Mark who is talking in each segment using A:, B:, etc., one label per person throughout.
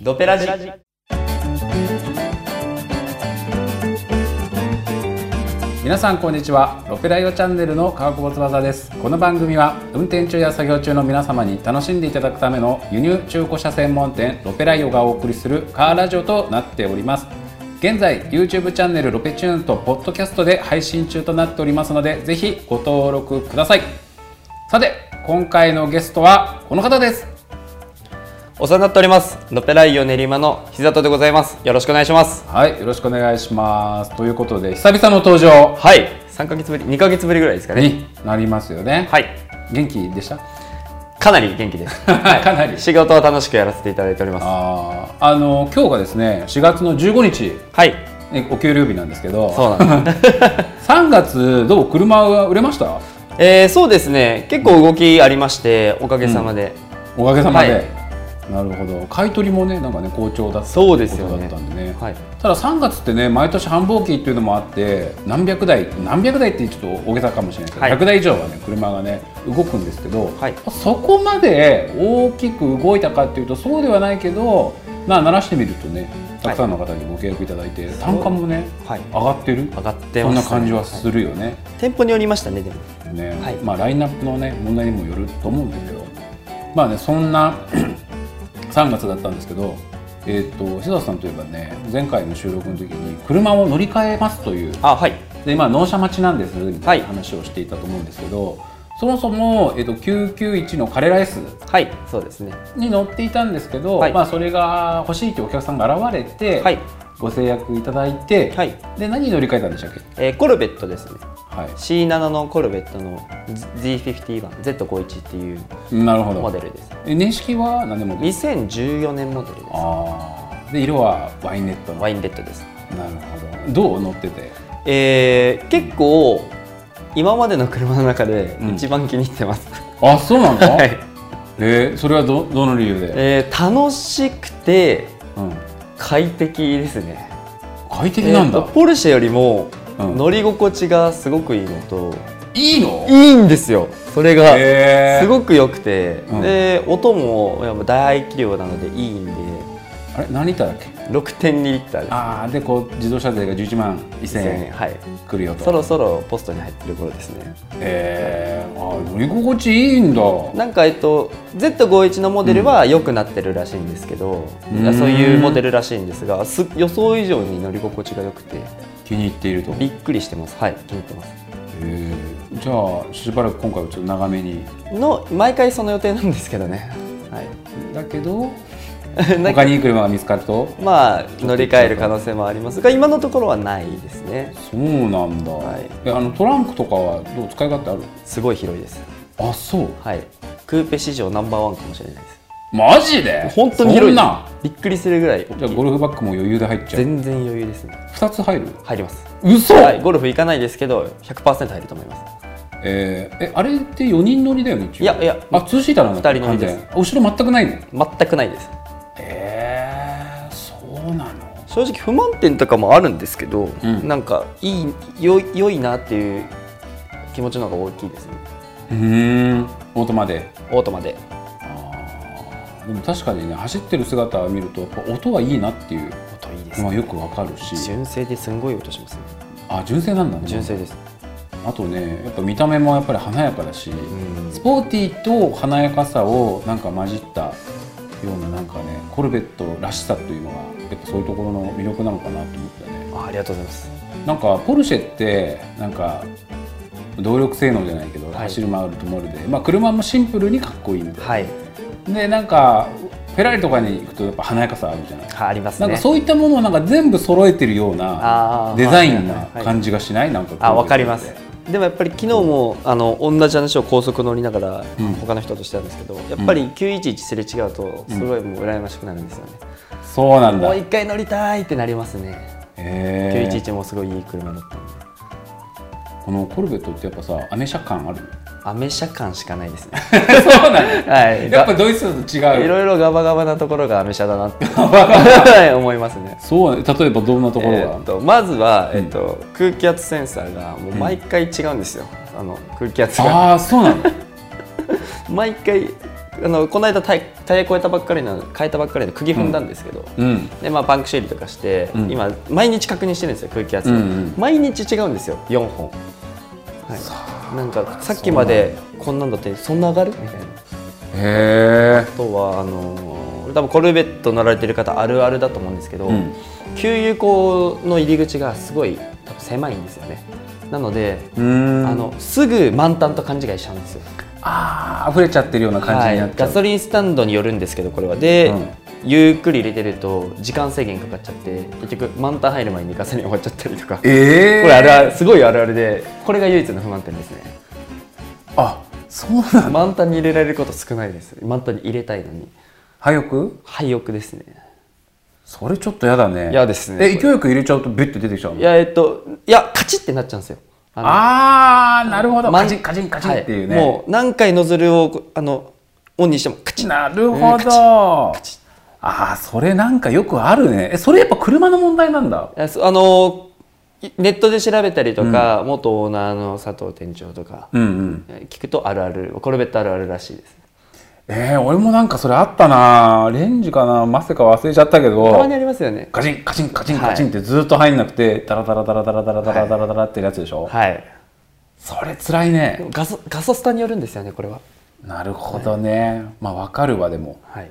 A: ドペラジ
B: 皆さんこんにちはロペライオチャンネルの川久保翼ですこの番組は運転中や作業中の皆様に楽しんでいただくための輸入中古車専門店ロペライオがお送りするカーラジオとなっております現在 YouTube チャンネルロペチューンとポッドキャストで配信中となっておりますのでぜひご登録くださいさて今回のゲストはこの方です
A: お世話になっておりますドペライオ練馬の膝とでございますよろしくお願いします
B: はいよろしくお願いしますということで久々の登場
A: はい3ヶ月ぶり2ヶ月ぶりぐらいですかね
B: になりますよね、
A: はい
B: 元気でした
A: かなり元気です
B: かなり
A: 仕事を楽しくやらせていただいております
B: あーあの今日がですね4月の15日
A: はい
B: えお給料日なんですけど
A: そうなんです
B: 3月どう車は売れました
A: えー、そうですね結構動きありましておかげさまで、
B: おかげさまで、
A: はい
B: なるほど買い取りもねなんかね好調だった
A: そうですよね
B: ことだったんでね、
A: はい
B: ただ3月ってね毎年繁忙期っていうのもあって何百台何百台ってちょっと大げさかもしれないけど、
A: はい
B: 100台以上はね車がね動くんですけど、
A: はい
B: そこまで大きく動いたかっていうとそうではないけどな鳴らしてみるとねたくさんの方にご契約いただいて、単価もね、
A: はい
B: 上がってる
A: 上がって
B: そ
A: ま
B: ん
A: す、
B: な感じはするよね。
A: 店舗によりましたねでも
B: ね
A: はい
B: まあラインナップのね問題にもよると思うんだけどまあねそんな 3月だったんですけどえーっ、と瀬田さんといえばね前回の収録の時に車を乗り換えますという
A: あはい
B: でまあ納車待ちなんですみたいな
A: はい
B: 話をしていたと思うんですけど、そもそも、えー、と991のカレーライス
A: はいそうですね
B: に乗っていたんですけど、
A: はい
B: まあそれが欲しいというお客さんが現れて、
A: はい
B: ご制約いただいて、
A: はい
B: で何に乗り換えたんでしたっけ、
A: えーコルベットですね
B: は
A: C7 のコルベットの Z51 Z51 っていう
B: い、なるほ
A: モ
B: ど
A: デルです
B: え年式は何でも
A: 2014年モデルです
B: あーで色はワインレッドの
A: ワインレッドです、
B: なるほどどう乗ってて
A: えー結構今までの車の中で
B: うん
A: 一番気に入ってます、
B: あそうなの、
A: はい
B: えーそれはどどの理由で、
A: えー楽しくて
B: うん、
A: 快適ですね
B: 快適なん
A: え
B: だ
A: ー、とポルシェよりも
B: うん
A: 乗り心地がすごくいいのと、
B: いいの
A: いいんですよそれが、
B: えー
A: すごく良くて、
B: うん
A: で音もやっぱ大気量なのでいいんで
B: あれ何リッターだっけ
A: 6.2リッターです
B: ああでこう自動車税が11万1000
A: 千円
B: 円
A: はい
B: くるよ
A: そ
B: と
A: ろそろポストに入ってる頃ですね
B: えー、あー乗り心地いいんだ
A: なんかえっと Z51 のモデルは良くなってるらしいんですけど、
B: うん
A: そういうモデルらしいんですがす予想以上に乗り心地が良くて
B: 気に入っていると
A: びっくりしてますはい気に入ってます
B: えーじゃあしばらく今回はちょっと長めに
A: の毎回その予定なんですけどね、 はい
B: だけど
A: な
B: 他にいい車が見つかると
A: まあ乗り換える可能性もありますが今のところはないですね
B: そうなんだ、
A: はい
B: えあのトランクとかはどう使い勝手ある
A: すごい広いです
B: あそう
A: はいクーペ史上ナンバーワンかもしれないです
B: マジで
A: 本当に広い
B: そん
A: で
B: な
A: すびっくりするぐらい
B: じゃあゴルフバッグも余裕で入っちゃう
A: 全然余裕ですね
B: 2つ入る
A: 入ります
B: 嘘、
A: はいゴルフ行かないですけど100%入ると思います
B: えーえあれって4人乗りだよね一応
A: いやいや
B: あツーシーターなんだ
A: 二人乗りです
B: 完全後ろ全くないの
A: 全くないです
B: えー、そうなの
A: 正直不満点とかもあるんですけど、
B: うん
A: なんかいいよ良いなっていう気持ちの方が大きいですね
B: うーんオートマで
A: オートマで
B: でも確かにね走ってる姿を見るとやっぱ音はいいなっていう
A: 音いいで
B: のはよくわかるし
A: 純正ですんごい音しますね
B: あ純正なんだね
A: 純正です
B: あとねやっぱ見た目もやっぱり華やかだし、
A: ん
B: スポーティーと華やかさをなんか混じったようななんかねコルベットらしさというのがやっぱそういうところの魅力なのかなと思ったね
A: あありがとうございます
B: なんかポルシェってなんか動力性能じゃないけど、
A: い
B: 走り回るとモルで、まあ、車もシンプルにかっこいいみたいな、
A: はい
B: でなんかフェラーリとかに行くとやっぱ華やかさあるじゃない
A: あありますね
B: なんかそういったものをなんか全部揃えてるよう
A: あ
B: な
A: ー
B: デザインな
A: はいはい
B: 感じがしない、なんか
A: あわかり
B: コ
A: ま
B: ルベット
A: す
B: って
A: でもやっぱり昨日もあの同じ話を高速乗りながら
B: うん
A: 他の人としてたんですけど、やっぱり911すれ違うとすごいもう羨ましくなるんですよね、
B: そうなん
A: も
B: だ
A: う一回乗りたいってなりますね、
B: へー
A: 911もすごいいい車だったんで
B: このコルベットってやっぱさアメ車感ある
A: アメ車感しかないですね
B: そうなの
A: はい
B: やっぱドイツと
A: がい
B: 違う
A: ろいろガバガバなところがアメ車だな ってはい思いますね
B: そうね例えばどんなところ
A: え
B: が、
A: ー、とまずは、えーと空気圧センサーがもう毎 回違うんですよ、あの空気圧が
B: ああそうなの
A: 毎回あのこの間タイタイヤ越えたばっかりなの変えたばっかりで釘踏んだんですけど、
B: うん
A: でまあ、パンク修理とかして、
B: うん
A: 今毎日確認してるんですよ空気圧を、
B: うんうん
A: 毎日違うんですよ4本、はい、なんかさっきまでこんなんだってそんな上がるみたいな
B: へえ
A: あとはあのー多分コルベット乗られてる方あるあるだと思うんですけど、
B: うん
A: 給油口の入り口がすごい多分狭いんですよねなので、
B: うん
A: あのすぐ満タンと勘違いしちゃうんですよ
B: ああ溢れちゃってるような感じになっ
A: はい
B: ちゃ
A: ガ
B: う、
A: ソリンスタンドによるんですけどこれはで、ゆっくり入れてると時間制限かかっちゃって結局満タン入る前にガソリン終わっちゃったりとか、こ
B: ええ
A: れあるあるすごいあるあるでこれが唯一の不満点ですね
B: あそうなんだ
A: 満タンに入れられること少ないです満タンに入れたいのに
B: 早く
A: 廃浴ですね
B: それちょっとやだね
A: 嫌ですね
B: え勢いよく入れちゃうとビュッて出てきちゃうの
A: いやえっといやカチッってなっちゃうんですよあの
B: ああなるほど
A: まん
B: カチンカチンカチンっていうね、
A: はもう何回ノズルをこあのオンにしてもカチッ
B: なるほど、ああそれなんかよくあるねえそれやっぱ車の問題なんだ
A: あそあのいネットで調べたりとか、元オーナーの佐藤店長とか、
B: うんうん
A: 聞くとあるあるコルベットあるあるらしいです
B: えー、俺もなんかそれあったなレンジかなまさか忘れちゃったけ
A: たまに
B: ど
A: ありますよね
B: カチンカチンカチンカチンってずっと入んなくてダラダラダラダラダラダラダラダラってやつでしょ、
A: はい
B: それ辛いね
A: でもガソガソスタによるんですよねこれは
B: なるほどね、まあわかるわでも
A: はい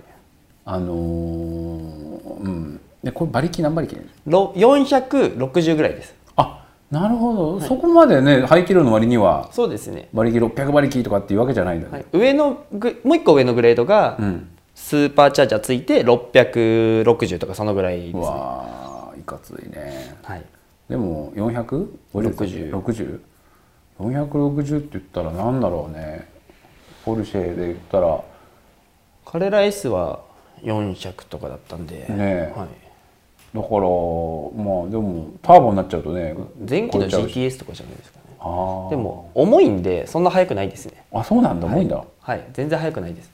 B: あのーうんでこれ馬力何馬力
A: ろ460ぐらいです
B: あなるほど、そこまでね排気量の割には
A: そうですね、
B: 馬力600馬力とかっていうわけじゃないんだね、
A: はい、上のグもう一個上のグレードが、
B: うん
A: スーパーチャージャーついて660とかそのぐらいです
B: う
A: ね
B: わーいかついね
A: はい
B: でも 400?60?460 460って言ったらなんだろうねポルシェで言ったら
A: カレラ S は400とかだったんで、
B: ねえ
A: はい、
B: だからまあでもターボになっちゃうとね
A: 前期の
B: 超えちゃうし
A: GTS とかじゃないですかね
B: あー
A: でも重いんでそんな速くないですね
B: あそうなんだ重いんだ、
A: はい全然速くないです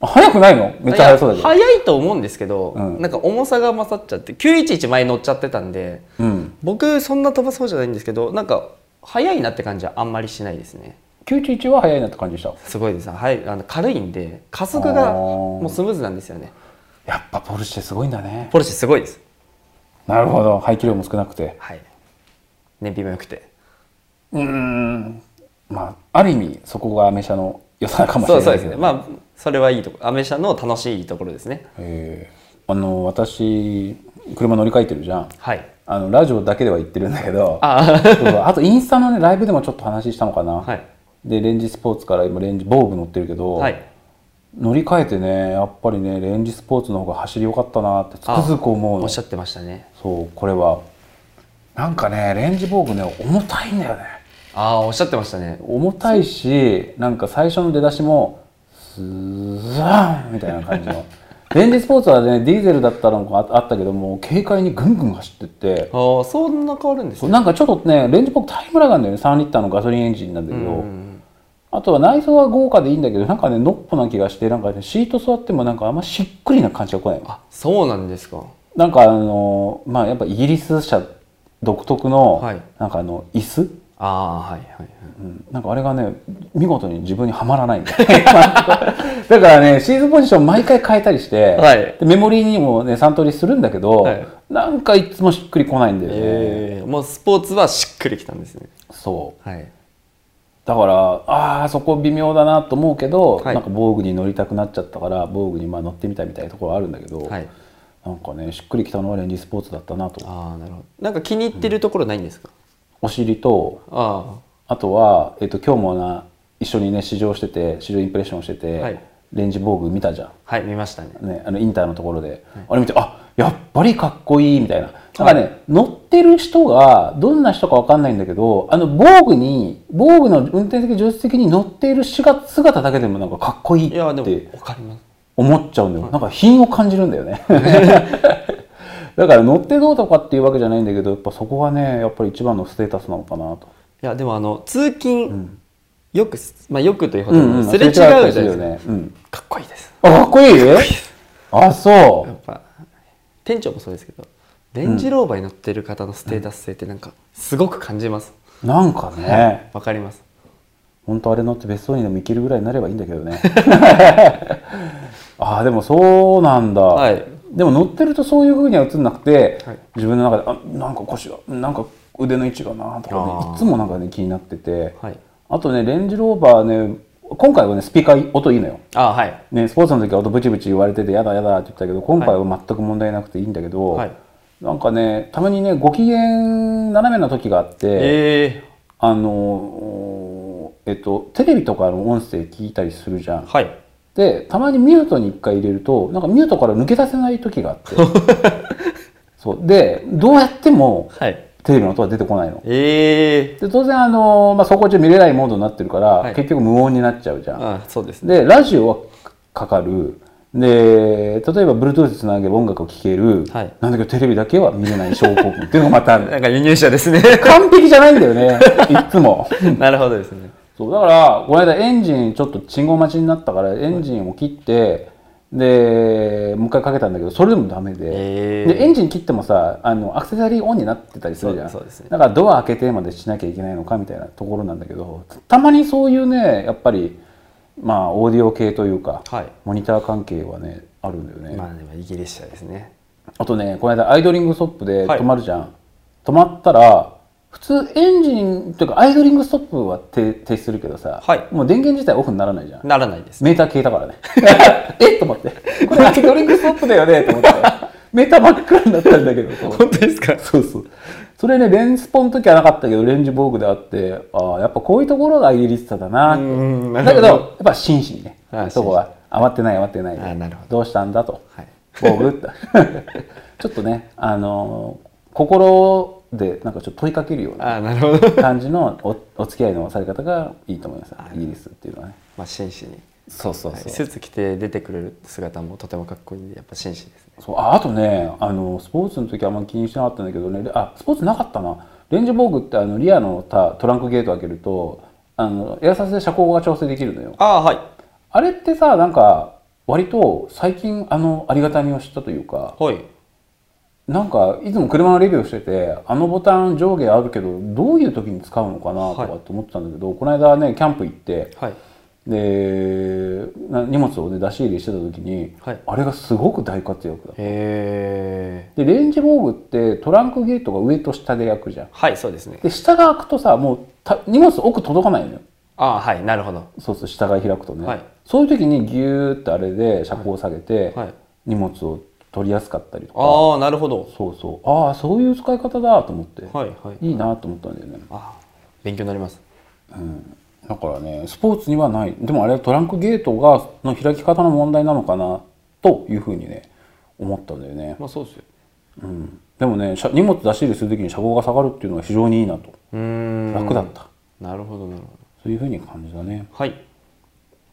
B: あ速くないのめっちゃ速そうだけど
A: 速いと思うんですけど、
B: うん
A: なんか重さが勝っちゃって911前乗っちゃってたんで
B: うん
A: 僕そんな飛ばす方じゃないんですけどなんか速いなって感じはあんまりしないですね
B: 911は速いなって感じでした
A: すごいですはいあの軽いんで加速
B: あー
A: がもうスムーズなんですよね
B: やっぱポルシェすごいんだね
A: ポルシェすごいです
B: なるほど排気量も少なくて
A: はい燃費も良くて
B: うーんまあある意味そこがアメ車の良さかもしれ
A: そう
B: ない
A: そうで
B: け
A: す
B: ど
A: ねまあそれはいいとこアメ車の楽しいところですね
B: えーあの私車乗り換えてるじゃん
A: はい
B: あのラジオだけでは言ってるんだけどあ
A: あ
B: あとインスタの、ね、ライブでもちょっと話したのかな、
A: あはい
B: でレンジスポーツから今レンジボーブ乗ってるけど、
A: はい
B: 乗り換えてねやっぱりねレンジスポーツの方が走り良かったなってつくづく思う
A: お
B: の
A: っしゃってましたね
B: そうこれはなんかねレンジボーグね重たいんだよね
A: ああおっしゃってましたね
B: 重たいしなんか最初の出だしもスーザーンみたいな感じ のレンジスポーツはねディーゼルだったのもああったけども軽快にぐんぐん走ってって
A: ああそんな変わるんです
B: そう
A: ね
B: なんかちょっとねレンジっぽくタイムラグあるんだよね3リッターのガソリンエンジンなんだ
A: う
B: け
A: ん
B: ど、
A: うん
B: あとは内装は豪華でいいんだけどなんかねのっぽな気がしてなんか、ね、シート座ってもなんかあんましっくりな感じが来ないの
A: あそうなんですか
B: なんかあのーまあやっぱイギリス車独特の、
A: はい
B: なんかあの椅子、
A: ああはいはい
B: うんなんかあれがね見事に自分にはまらないん だよだからねシーズンポジション毎回変えたりして、
A: はい
B: でメモリーにもね3通りするんだけど、
A: はい
B: なんかいつもしっくりこないんだよね、
A: ええもうスポーツはしっくりきたんですね
B: そう
A: はい
B: だからあーそこ微妙だなと思うけど、
A: はい
B: なんか防具に乗りたくなっちゃったから防具にまあ乗ってみたいみたいなところはあるんだけど、
A: はい
B: なんかねしっくりきたのはレンジスポーツだったなと
A: ああなるほどなんか気に入ってるところないんですか、
B: お尻と
A: あ
B: あとは、えっと今日もな一緒にね試乗してて試乗インプレッションしてて、
A: はい
B: レンジ防具見たじゃ
A: あはい見ましたね
B: ん、ね、あのインターのところで、あれ見てあやっぱりかっこいいみたいななんかね、乗ってる人がどんな人かわかんないんだけどあの防具に防具の運転席助手席に乗っている姿姿だけでもなんかかっこいいっ
A: いやで
B: て
A: もわかります
B: 思っちゃうんだよ、なんか品を感じるんだ よねだから乗ってどうとかっていうわけじゃないんだけどやっぱそこがねやっぱり一番のステータスなのかなと
A: いやでもあの通勤、よくすまあよくというほ
B: う
A: ど、
B: んうん
A: すれ違うじゃ
B: った
A: な
B: り
A: い
B: する
A: で
B: よ
A: すか、
B: ね、うん、
A: かっこいいです
B: あかっこいいあそ
A: やっぱ店長もそうですけどレンジローバーに乗ってる方のステータス性ってなんかすごく感じます
B: うなんかね、
A: わかります
B: 本当あれ乗って別荘にでも行けるぐらいになればいいんだけど ねああでもそうなんだ、
A: はい
B: でも乗ってるとそういうふうには映んなくて、
A: はい
B: 自分の中であなんか腰がなんか腕の位置がなと
A: あ
B: か、ね、
A: ー
B: いつもなんかね気になってて、
A: はい
B: あとねレンジローバーね今回はねスピーカー音いいのよ
A: あはい
B: ね、スポーツの時は音ブチブチ言われててやだやだって言ったけど今回は全く問題なくていいんだけど、
A: はい
B: なんかねたまにねご機嫌斜めな時があって、
A: え
B: あのえっとテレビとかの音声聞いたりするじゃ
A: ー、
B: ん
A: はい
B: でたまにミュートに一回入れるとなんかミュートから抜け出せない時があって そうでどうやっても
A: はい
B: テレビの音は出てこないの
A: え
B: で当然あの、まあ、走行中見れないモードになってるから、
A: はい
B: 結局無音になっちゃうじゃん
A: ー、あそうですね
B: でラジオはかかるで例えば Bluetooth つなげば音楽を聴ける、
A: はい
B: なんだけどテレビだけは見れない証拠っていうのがまたあ る
A: なんか輸入者ですね
B: 完璧じゃないんだよねい つも
A: なるほどですね
B: そうだからこの間エンジンちょっと信号待ちになったからエンジンを切って、でもう一回かけたんだけどそれでもダメで、
A: へー
B: でエンジン切ってもさあのアクセサリーオンになってたりするじゃん
A: そうですね
B: だからドア開けてまでしなきゃいけないのかみたいなところなんだけどたまにそういうねやっぱりまあオーディオ系というか、
A: はい
B: モニター関係はねあるんだよね、
A: まあでもイギリス車ですね
B: あとねこの間アイドリングストップで
A: はい
B: 止まるじゃん、止まったら普通エンジンというかアイドリングストップは停停止するけどさ、
A: はい
B: もう電源自体オフにならないじゃん
A: ならないです
B: メーター消えたからね えっと思ってこれアイドリングストップだよねと思ってメーター真っ暗になったんだけどと 思って
A: 本当ですか
B: そうそうそれねレンスポの時はなかったけどレンジ防具であってああやっぱこういうところがイギリスさだなって
A: うんなる
B: だ
A: ほど
B: けどやっぱ真摯にね
A: ああ
B: そこは慌てない慌てない
A: ああなるほ
B: どうしたんだと
A: はい
B: 防具ってちょっとねあの心でなんかちょっと問いかけるような
A: ああなるほど
B: 感じのおお付き合いのされ方がいいと思いますイギリスっていうのはね
A: まあ真摯に
B: そうそう
A: はいスーツ着て出てくれる姿もとてもかっこいいんでやっぱ紳士ですね
B: そうああとねあのスポーツの時あんま気にしなかったんだけどねあスポーツなかったなレンジボーグってあのリアのタトランクゲート開けるとあのエアサスで車高が調整できるのよ
A: ああはい
B: あれってさなんか割と最近あのありがたみを知ったというか
A: はい
B: なんかいつも車のレビューをしててあのボタン上下あるけどどういう時に使うのかなとかって思ってたんだけど、この間ねキャンプ行って
A: はい
B: でな荷物を、ね、出し入れしてた時に、
A: はい
B: あれがすごく大活躍だった
A: へえ
B: でレンジ防具ってトランクゲートが上と下で開くじゃん
A: はいそうですね
B: で下が開くとさもうた荷物奥届かないのよ
A: ああはいなるほど
B: そうそう下が開くとね、
A: はい
B: そういう時にギューってあれで車高を下げて、
A: はい
B: 荷物を取りやすかったりとか
A: ああなるほど
B: そうそうああそういう使い方だと思って、
A: はいはい
B: い、いなと思ったんだよね、
A: ああ勉強になります
B: うん、だからねスポーツにはないでもあれはトランクゲートがの開き方の問題なのかなというふうにね思ったんだよね、
A: まあそうですよ
B: うん、でもね車荷物出し入れする時に車高が下がるっていうのは非常にいいなと
A: うーん
B: 楽だった、
A: なるほどなるほ
B: そういうふうに感じだね
A: どはい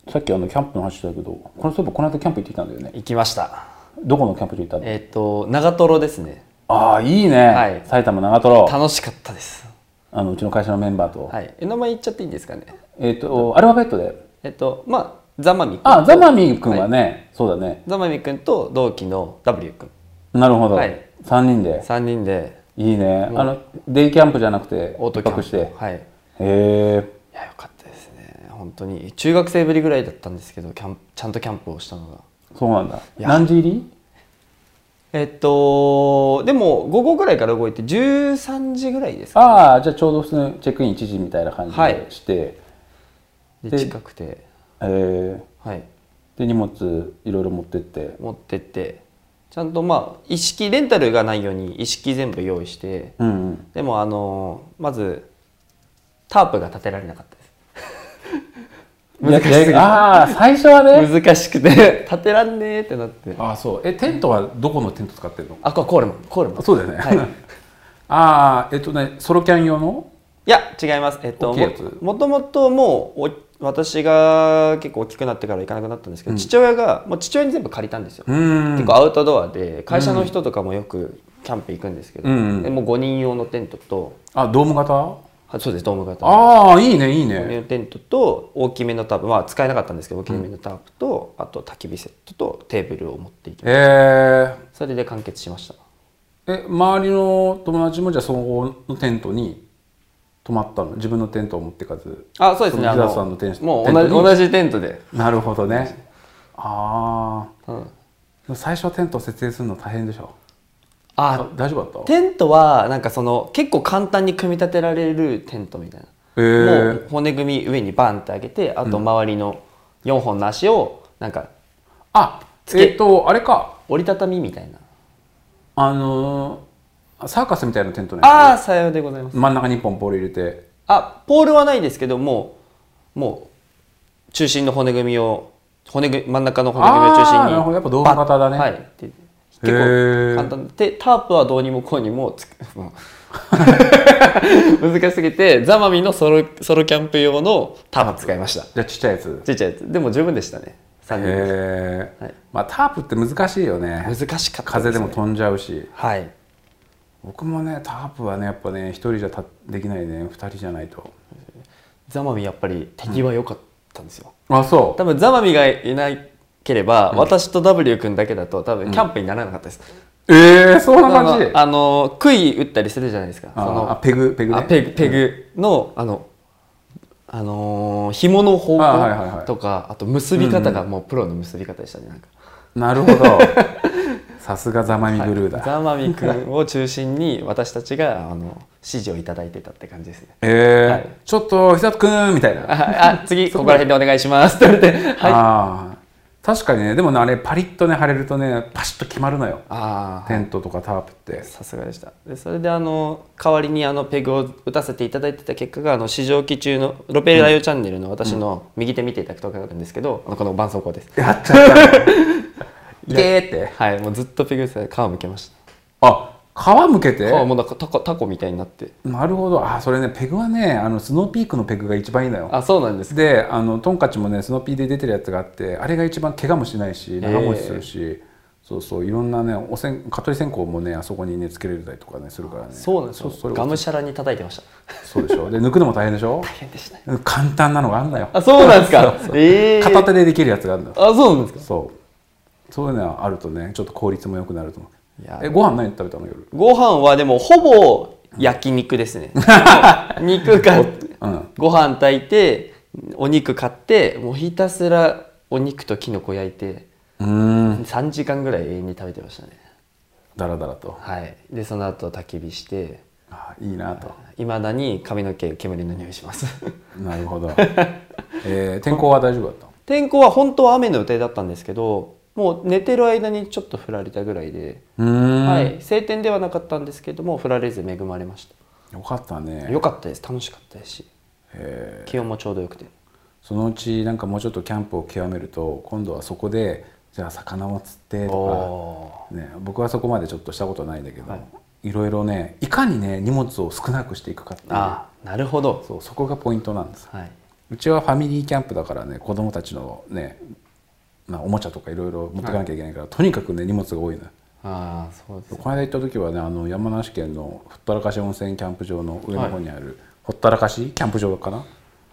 B: さっきあのキャンプの話だけどこのそういえばこの間キャンプ行ってきたんだよね
A: 行きました
B: どこのキャンプ場行ったの
A: えっ、と長瀞ですね
B: ああいいね、
A: はい
B: 埼玉長瀞
A: 楽しかったです
B: あのうちの会社のメンバーと、
A: はいえ名前言っちゃっていいんですかね
B: えっ、とアルファベットで
A: えっ、とまあザマミ君
B: あザマミー君はね、そうだね
A: ザマミ君と同期の W 君
B: なるほど、
A: はい
B: 3人で
A: 3人で
B: いいねあのデイキャンプじゃなくて
A: オート
B: 一
A: キャンプ
B: 泊してへ
A: はいい
B: え
A: やよかったですね本当に中学生ぶりぐらいだったんですけどキャンプちゃんとキャンプをしたのが
B: そうなんだ
A: いや
B: 何時入り
A: えっとでも午後ぐらいから動いて13時ぐらいですか
B: ああじゃあちょうど普通のチェックイン1時みたいな感じ
A: はい
B: でして、
A: で
B: で
A: 近くて
B: えー
A: はい
B: で荷物いろいろ持ってって
A: 持ってってちゃんとまあ一式レンタルがないように一式全部用意して
B: うんうん
A: でもあのまずタープが立てられなかったです難しすぎる
B: ああー最初はね
A: 難しくて 立てらんねえってなって
B: ああそうえテントはどこのテント使ってるの
A: あこれコールマンコールマン
B: そうだよね、
A: はい
B: ああえっとねソロキャン用の
A: いや違いますえっと
B: 大きいやつ
A: ももともともうお私が結構大きくなってから行かなくなったんですけど、父親がもう父親に全部借りたんですよ、
B: ん
A: 結構アウトドアで会社の人とかもよくキャンプ行くんですけど、
B: うん
A: でもう5人用のテントと
B: あドーム型
A: あそうですドーム型の
B: ああいいねいい
A: 購入
B: ね
A: のテントと大きめのタープ、まあ、使えなかったんですけど大きめのタープと、あと焚き火セットとテーブルを持っていきまし
B: え
A: たそれで完結しました
B: ー、え周りの友達もじゃあそのテントに泊まったの自分のテントを持ってかず
A: あそうですね
B: そ
A: あ
B: の
A: の
B: 平さんのテント
A: も
B: テ
A: う同
B: ント
A: じ
B: に
A: 同じテントで、
B: なるほどねああ
A: うん
B: でも最初テント設営するの大変でしょ
A: あ
B: あ大丈夫だった
A: テントはなんかその結構簡単に組み立てられるテントみたいな、
B: へー
A: もう骨組み上にバンって上げてあと周りの4本の足をなんか
B: あ
A: つけ
B: えっとあれか
A: 折りたたみみたいな、
B: あのーサーカスみたいなテントね
A: ああさようでございます
B: 真ん中に一本ポール入れて
A: あポールはないですけどもうもう中心の骨組みを骨ぐ真ん中の骨組みを中心
B: あー
A: に
B: なるほどやっぱドーム型だね
A: バッはいで
B: へ
A: 結
B: ー
A: 構簡単でタープはどうにもこうにもつ くもう難しすぎてザマミのソロソロキャンプ用のタープ使いました
B: じゃあちっちゃいやつ
A: ちっちゃいやつでも十分でしたね三人
B: へえ、
A: はい
B: まあタープって難しいよね
A: 難しかった
B: 風でも
A: すね
B: 飛んじゃうし
A: はい
B: 僕もねタープはねやっぱね一人じゃたできないね二人じゃないと
A: ザマミやっぱり手際良かったんですよ、
B: あそ
A: 多分ザマミがいなければ、私と W 君だけだと多分キャンプにならなかったです、
B: うえー、そんな
A: あ
B: 感じ
A: のあの杭打ったりするじゃないですか
B: あ
A: その
B: あペグペグね
A: あペグペグの、あのあのー紐の方
B: あはいはいは
A: 向
B: い
A: とかあ,、と結び方がもうプロの結び方でしたねなんか
B: なるほ どさすがザマミブルーだ、
A: ザマミ君を中心に私たちがあの指示をいただいてたって感じですね
B: えー
A: はい
B: ちょっと久くんみたいな、
A: ああ次ここら辺でお願いしますって言われてはい
B: あー確かにねでもねあれパリッとね晴れるとねパシッと決まるのよ
A: ああ
B: テントとかタープって
A: さすがでしたでそれであの代わりにあのペグを打たせていただいてた結果があの試乗機中のロペライオチャンネルの私の右手見ていただくと分かるんですけど、あのこの絆創膏 です
B: やっちゃったねいけーって
A: はいもうずっとペグ打ってたら皮むけました
B: あ皮むけて
A: 皮もうなんかタコタコみたいになって
B: なるほどあそれねペグはねあのスノーピークのペグが一番いいのよ
A: あそうなんです
B: であのトンカチもねスノーピーで出てるやつがあってあれが一番怪我もしないし長持ちするし、そうそういろんなねおせん蚊取り線香もねあそこにねつけれたりとかねするからね
A: そうなんですよ
B: それ
A: がむしゃらに叩いてました
B: そうでしょで抜くのも大変でしょ
A: 大変でしたね
B: 簡単なのがあるんだよ
A: あ そうなんですかええ
B: 片手でできるやつがあるんだよ
A: あそうなんですか
B: そうそういうのがあるとねちょっと効率も良くなると思う
A: いや
B: えご飯何食べたの夜
A: ご飯はでもほぼ焼肉です ねもう肉買って
B: うん
A: ご飯炊いてお肉買ってもうひたすらお肉とキノコ焼いて
B: うーん
A: 3時間ぐらい永遠に食べてましたね
B: だらだらと
A: はいでその後焚き火して
B: あいいなと
A: いまだに髪の毛煙の匂いします
B: なるほど、えー天候は大丈夫だった
A: 天候は本当は雨の予定だったんですけどもう寝てる間にちょっと降られたぐらいで、
B: うーん、
A: はい、晴天ではなかったんですけども降られず恵まれまし
B: よかった
A: た
B: ね
A: 良かったです楽しかったですし
B: え
A: 気温もちょうどよくて
B: ーそのうちなんかもうちょっとキャンプを極めると今度はそこでじゃあ魚を釣ってと
A: おー
B: か、ね、僕はそこまでちょっとしたことないんだけど、い、ろいろねいかにね荷物を少なくしていくかっていう
A: あなるほど
B: そうそこがポイントなんです
A: はいう
B: ちはファミリーキャンプだからね子供たちのね、まあ、おもちゃとかいろいろ持っていかなきゃいけないから、とにかくね荷物が多いのよ
A: ああそうですね
B: この間行った時はねあの山梨県のほったらかし温泉キャンプ場の上の方にある、ほったらかしキャンプ場かな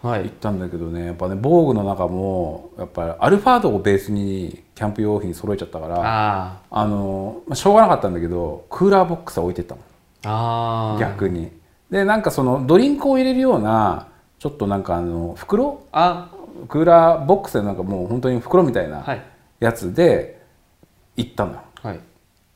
A: は
B: 行っ
A: い
B: たんだけどねやっぱね防具の中もやっぱりアルファードをベースにキャンプ用品揃えちゃったからあ
A: あ
B: の、まあ、しょうがなかったんだけどクーラーボックスは置いてったもん
A: ーあー
B: 逆にでなんかそのドリンクを入れるようなちょっとなんかあの袋
A: あ
B: クーラーボックスでなんかもう本当に袋みたいな
A: はい
B: やつで行ったのよ、
A: はい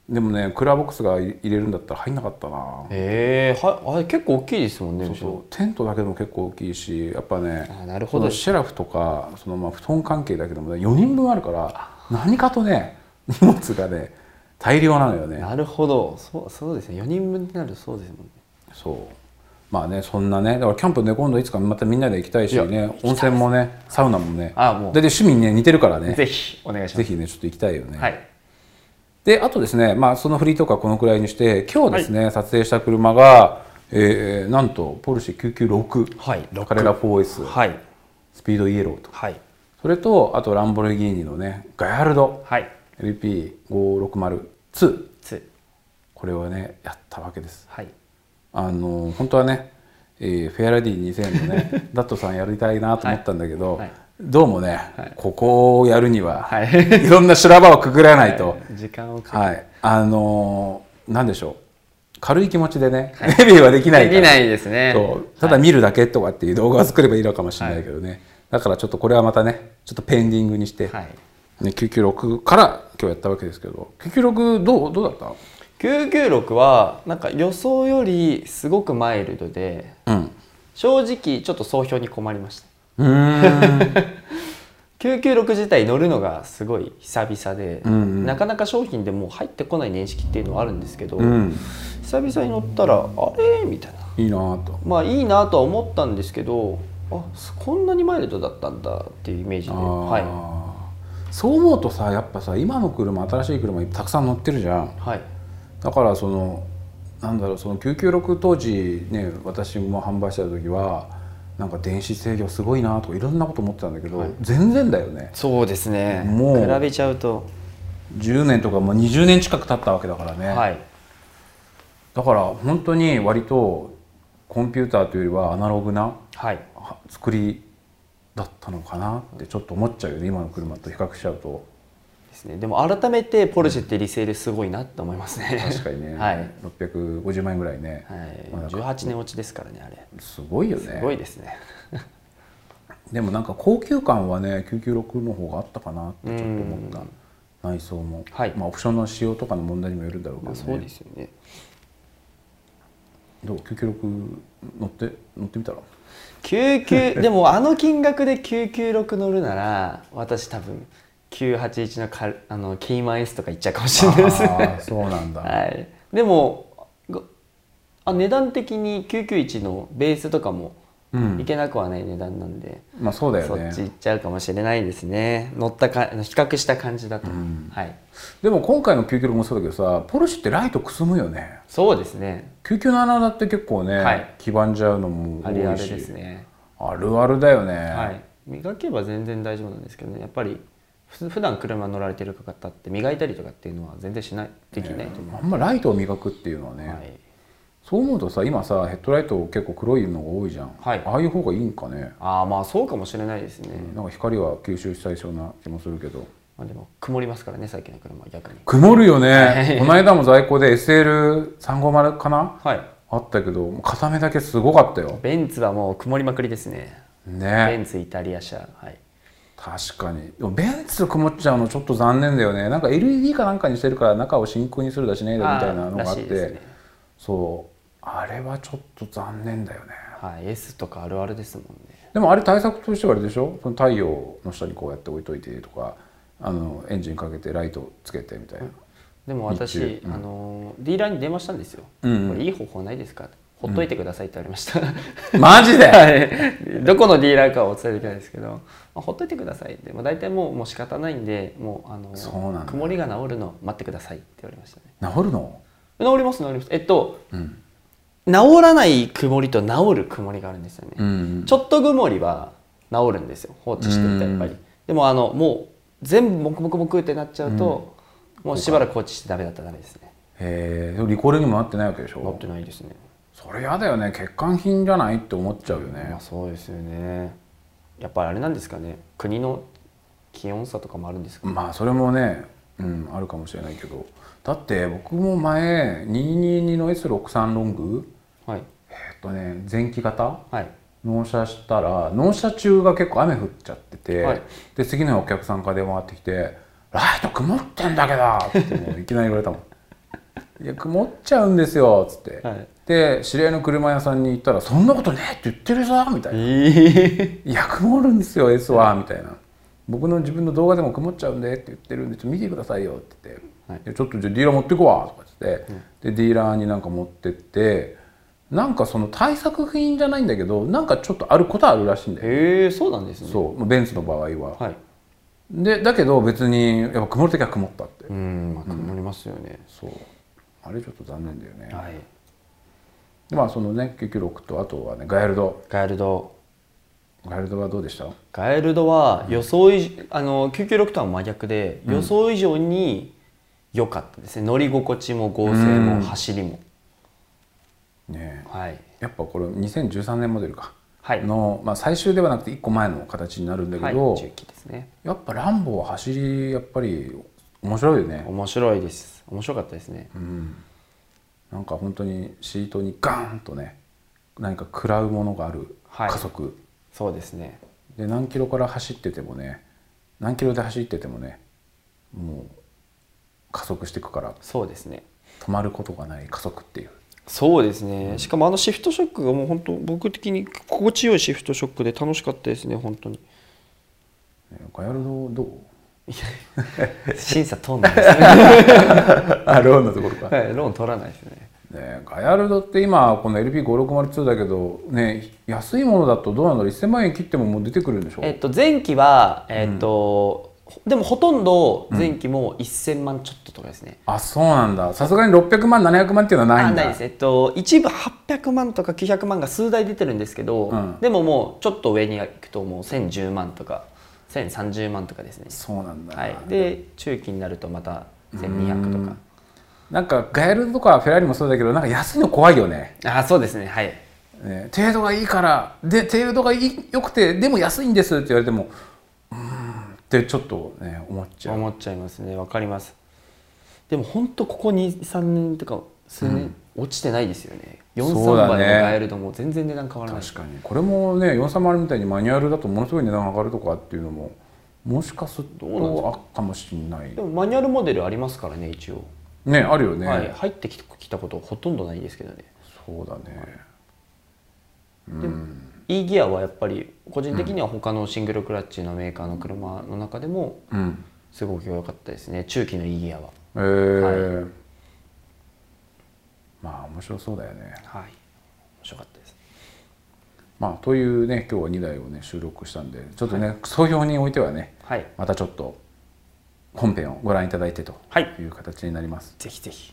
B: でもねクーラーボックスが入れるんだったら入んなかったな
A: ええはあれ結構大きいですもんね
B: そうそうテントだけでも結構大きいしやっぱね
A: あなるほど
B: そのシェラフとかそのまあ布団関係だけでもね4人分あるから何かとね荷物がね大量なのよね
A: なるほどそうそうですね四人分になるそうですもんね
B: そうまあねそんなねだからキャンプね今度いつかまたみんなで行きたいしね温泉もねサウナもね
A: あもう
B: 大体趣味にね似てるからね
A: ぜひお願いしま
B: ぜ
A: す
B: ひねちょっと行きたいよね、
A: はい
B: であとですね、まあ、そのフリートークはこのくらいにして今日ですね、撮影した車が、えーなんとポルシェ996、
A: はい六
B: カレラ 4S
A: はい
B: スピードイエローと
A: はい
B: それとあとランボルギーニのねガヤルド
A: はい
B: LP5602
A: つ
B: これをねやったわけです
A: はい
B: あの本当はね、えーフェアラディ2000の ねダットさんやりたいなと思ったんだけど、
A: はいはい
B: どうもね、ここをやるには、、
A: はい
B: ろんな修羅場をくぐらないと、
A: 時間をか
B: はい、あのーなんでしょう軽い気持ちでね、デビューはできない
A: で
B: から
A: きないですね
B: そうただ見るだけとかっていう動画を作ればいいのかもしれないけどね、だからちょっとこれはまたねちょっとペンディングにして、
A: はい
B: ね、996から今日やったわけですけど996どうどうだっ
A: 996はなんか予想よりすごくマイルドで
B: たうん
A: 正直ちょっと総評に困りました
B: うーん
A: 996自体乗るのがすごい久々で、
B: うんうん
A: なかなか商品でもう入ってこない年式っていうのはあるんですけど、
B: うん
A: 久々に乗ったらあれみたいない
B: いなぁと
A: まあいいなとは思ったんですけどあこんなにマイルドだったんだっていうイメージで、
B: あー
A: は
B: そう思うとさやっぱさ今の車新しい車たくさん乗ってるじゃん
A: い、はい、
B: だからそのなんだろうその996当時ね私も販売してた時はなんか電子制御すごいなとかいろんなこと思ってたんだけど、全然だよね
A: そうですね
B: もう
A: 比べちゃうと
B: 10年とかもう20年近く経ったわけだからね、
A: はい
B: だから本当に割とコンピューターというよりはアナログな
A: はい
B: は作りだったのかなってちょっと思っちゃうよね今の車と比較しちゃうと
A: ですねでも改めてポルシェってリセールすごいなって思いますね
B: 確かにね、
A: はい、は
B: 650万円ぐらいね、
A: い
B: まあなんか
A: 18年落ちですからねあれ
B: すごいよ
A: すご
B: ね
A: いですね
B: でもなんか高級感はね996の方があったかなってちょっと思った
A: うん
B: 内装も、
A: はい
B: まあ、オプションの仕様とかの問題にもよるんだろうけ
A: ま
B: ど、
A: あ
B: ね
A: そうですよね
B: どう996乗って乗って みたら
A: 99でもあの金額で996乗るなら私多分981のカルあのキーマン S とかいっちゃうかもしれないです
B: あーそうなんだ、
A: はい、でもごあ値段的に991のベースとかも
B: うん
A: いけなくはない値段なんで、
B: まあそうだよ
A: そっち
B: ね
A: 行っちゃうかもしれないですね乗ったか比較した感じだと、はい
B: でも今回の996もそうだけどさポルシェってライトくすむよね
A: そうですね
B: 997だって結構ね、
A: はい
B: 黄ばんじゃうのも多
A: あ
B: いし
A: れあれですね、
B: あるあるだよね、
A: はい、磨けば全然大丈夫なんですけどねやっぱりふ普段車乗られてる方って磨いたりとかっていうのは全然しないできないと思
B: あんまライトを磨くっていうのは
A: う、
B: ね、
A: はい、
B: そう思うとさ今さヘッドライト結構黒いのが多いじゃん、
A: はい
B: ああいう方がいいんかね
A: ああまあそうかもしれないですね、
B: なんか光は吸収したいそうな気もするけど
A: まあ、でも曇りますからね最近の車は逆に
B: 曇るよね、
A: はい
B: この間も在庫で SL350 かな
A: はい
B: あったけどもう片目だけすごかったよ
A: ベンツはもう曇りまくりですね。ベ
B: ね
A: ンツイタリア車、はい。
B: 確かにでもベンツ曇っちゃうのちょっと残念だよねなんか LED かなんかにしてるから中を真空にするだしねえだみたいなのがあ
A: あー
B: っ
A: らしていですね
B: そうあれはちょっと残念だよね
A: はい、S とかあるあるですもんね。
B: でもあれ対策としてはあれでしょその太陽の下にこうやって置いといてとかあのエンジンかけてライトつけてみたいな、
A: でも
B: 日
A: 私、あのディーラーに電話したんですよ。
B: うんうん
A: これいい方法ないですかって。ほっといてくださいって言われました。
B: マジ で
A: はい。どこのディーラーかはお伝えできないですけど、まあ、ほっといてくださいって、まあ、大体もうもう仕方ないんで、もうあの
B: そうなんだ
A: 曇りが治るの待ってくださいって言われましたね。
B: 治るの
A: 治ります治ります。えっと、
B: うん
A: 治らない曇りと治る曇りがあるんですよね。
B: うん
A: ちょっと曇りは治るんですよ放置してるとやっぱり、でもあのもう全部モクモクモクってなっちゃうと、もうしばらく放置してダメだったらダメですね
B: へえでもリコールにもなってないわけでし
A: 治っ
B: ょ
A: てないですね
B: それやだよね欠陥品じゃないって思っちゃうよね
A: まあそうですよねやっぱりあれなんですかね国の気温差とかもあるんですか、
B: まあそれもね、うん、あるかもしれないけどだって僕も前222の S63 ロング
A: はい
B: えっとね前期型
A: はい
B: 納車したら納車中が結構雨降っちゃってて、
A: はい
B: で次の日お客さんから電話があってきて「ライト曇ってんだけど!」ってもういきなり言われたもん「い や曇っちゃうんですよ」っつって、
A: はい
B: で知り合いの車屋さんに行ったら「そんなことねえって言ってるぞ」みたいな
A: え
B: いや曇るんですよ S はみたいな僕の自分の動画でも曇っちゃうんでって言ってるんでちょっと見てくださいよって言って、
A: はい
B: でちょっとじゃあディーラー持ってくわとか言って、でディーラーになんか持ってってなんかその対策品じゃないんだけどなんかちょっとあることはあるらしいんだ よ、
A: へえそうなんですね
B: そうまあベンツの場合は、
A: はい
B: でだけど別にやっぱ曇る時は曇ったって、
A: うんまあ曇りますよね、
B: そうあれちょっと残念だよね、
A: はい
B: でまあそのね996とあとはねガイルド
A: ガイルド
B: ガイルドはどうでした
A: ガイルドは予想以上あの996とは真逆で予想以上に良かったですね、乗り心地も剛性
B: う
A: も
B: ん
A: 走りも、
B: ねえ
A: はい
B: やっぱこれ2013年モデルか、
A: はい
B: の、まあ、最終ではなくて1個前の形になるんだ
A: は
B: け
A: い
B: ど、
A: 中期ですね
B: やっぱランボは走りやっぱり面白いよね、
A: 面白いです面白かったですね、
B: うん、なんか本当にシートにガーンとね何か食らうものがある
A: はい
B: 加速、
A: そうですね
B: で何キロから走っててもね何キロで走っててもねもう加速していくから
A: そうですね
B: 止まることがない加速っていう
A: そうですね、しかもあのシフトショックがもう本当僕的に心地よいシフトショックで楽しかったですね本当に
B: ねガヤルドどう
A: 審査通んないですね
B: あローンのところか、
A: はいローン取らないですね
B: ね、ガヤルドって今この LP5602 だけどね安いものだとどうなんだろう1000万円切ってももう出てくるんでしょ
A: えっと前期はえっと、でもほとんど前期も1000万ちょっととかですね、
B: あそうなんださすがに600万700万っていうのはない
A: あ
B: んだ
A: ないですえっと一部800万とか900万が数台出てるんですけど、
B: うん
A: でももうちょっと上に行くともう1010万とか1030万とかですね
B: そうなんだ、
A: はいで中期になるとまた1200とか
B: なんかガヤルドとかフェラーリもそうだけどなんか安いの怖いよね
A: あそうですねはい
B: ね程度がいいからで程度がいいよくてでも安いんですって言われてもうーんってちょっとね思っちゃう
A: 思っちゃいますねわかりますでも本当ここ23年とか数年、落ちてないですよね
B: そう
A: 43
B: だね
A: 倍のガエルドも全然値段変わらない
B: 確かにこれもね430みたいにマニュアルだとものすごい値段上がるとかっていうのももしかするとあかもしれない
A: でもマニュアルモデルありますからね一応、
B: ねあるよね、
A: はい、入ってきたきたことほとんどないですけどね
B: そうだね
A: E ギアはやっぱり個人的には他のシングルクラッチのメーカーの車の中でも
B: うん
A: すごく良かったですね中期の E ギアは
B: えーまあ面白そうだよね
A: はい面白かったです
B: まあというね今日は2台をね収録したんでちょっとね、総評においてはね
A: はい
B: またちょっと本編をご覧いただいてと
A: はい
B: いう形になります、
A: ぜひぜひ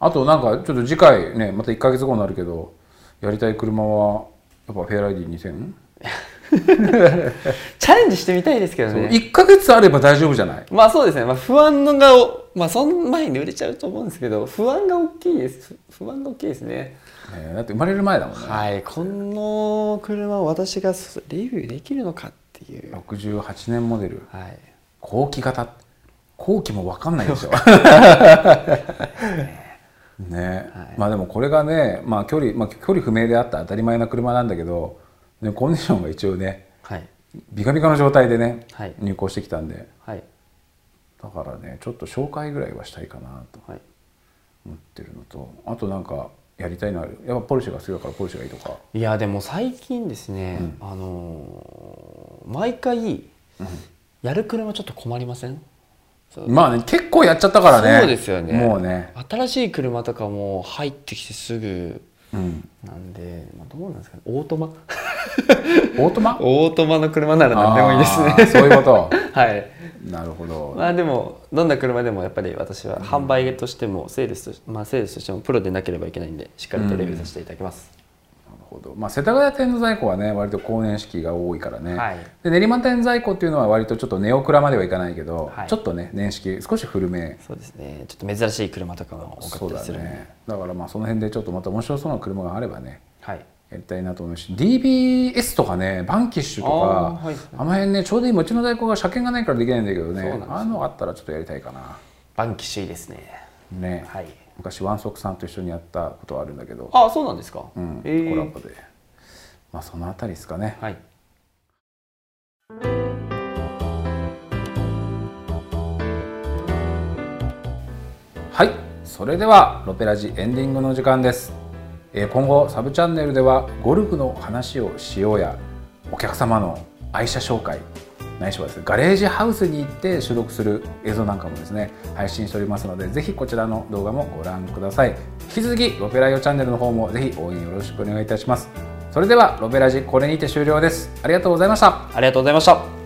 B: あとなんかちょっと次回ねまた1か月後になるけどやりたい車はやっぱフェアライディ2000、
A: チャレンジしてみたいですけど
B: そう
A: ね
B: 1か月あれば大丈夫じゃない
A: まあそうですね、まあ、不安のがお、まあ、その前に売れちゃうと思うんですけど不安が大きいです不安が大きいですね
B: ねだって生まれる前だもんね
A: はいこの車を私がレビューできるのかっていう
B: 68年モデル
A: はい
B: 後期型後期も分かんないでし ょね、まあでもこれがね、まあ、距離、まあ、距離不明であった当たり前な車なんだけどでもコンディションが一応ね
A: はい
B: ビカビカの状態でね、
A: はい
B: 入校してきたんで
A: はい
B: だからねちょっと紹介ぐらいはしたいかなと
A: はい
B: 思ってるのとあとなんかやりたいのあるやっぱポルシェが好きだからポルシェがいいとか
A: いやでも最近ですね、あのー毎回やる車ちょっと困りませんそう
B: まあね結構やっちゃったからね
A: そうですよね
B: もうね
A: 新しい車とかも入ってきてすぐ
B: うん
A: なんで、まあ、どうなんですかねオートマ
B: オートマ
A: オートマの 車なら何でもいいですね
B: あーそういうこと
A: はい、
B: なるほ ど、
A: まあでもどんな車でもやっぱり私は販売としてもセールスとし,、まあ、セールスとしてもプロでなければいけないんでしっかりとレビューさせていただきます、
B: なるほど、まあ、世田谷店の在庫はね割と更年式が多いからね、
A: はい
B: で練馬店在庫っていうのは割とちょっとネオクラまではいかないけど、
A: はい
B: ちょっとね年式少し古め
A: そうですねちょっと珍しい車とかも多か
B: そ
A: っ
B: う
A: たり
B: だ
A: するんで、
B: ねだからまあその辺でちょっとまた面白そうな車があればね
A: はい
B: やりたいなと思うし DBS とかねバンキッシュとか
A: あ
B: あ,、
A: ーはい
B: の辺ねちょうど今うちの在庫が車検がないからできないんだけど
A: そうな
B: ね
A: んですよ
B: ああいうのがあったらちょっとやりたいかな
A: バンキシーですね
B: ね、
A: はい
B: 昔ワンソクさんと一緒にやったことはあるんだけど、
A: ああそうなんですか、
B: うん
A: えー
B: コラボでまあその辺りですかね
A: はい
B: はいそれではロペラジエンディングの時間です、えー今後サブチャンネルではゴルフの話をしようやお客様の愛車紹介ないしはですねガレージハウスに行って収録する映像なんかもですね配信しておりますのでぜひこちらの動画もご覧ください引き続きロペライオチャンネルの方もぜひ応援よろしくお願いいたしますそれではロペラジこれにて終了ですありがとうございました
A: ありがとうございました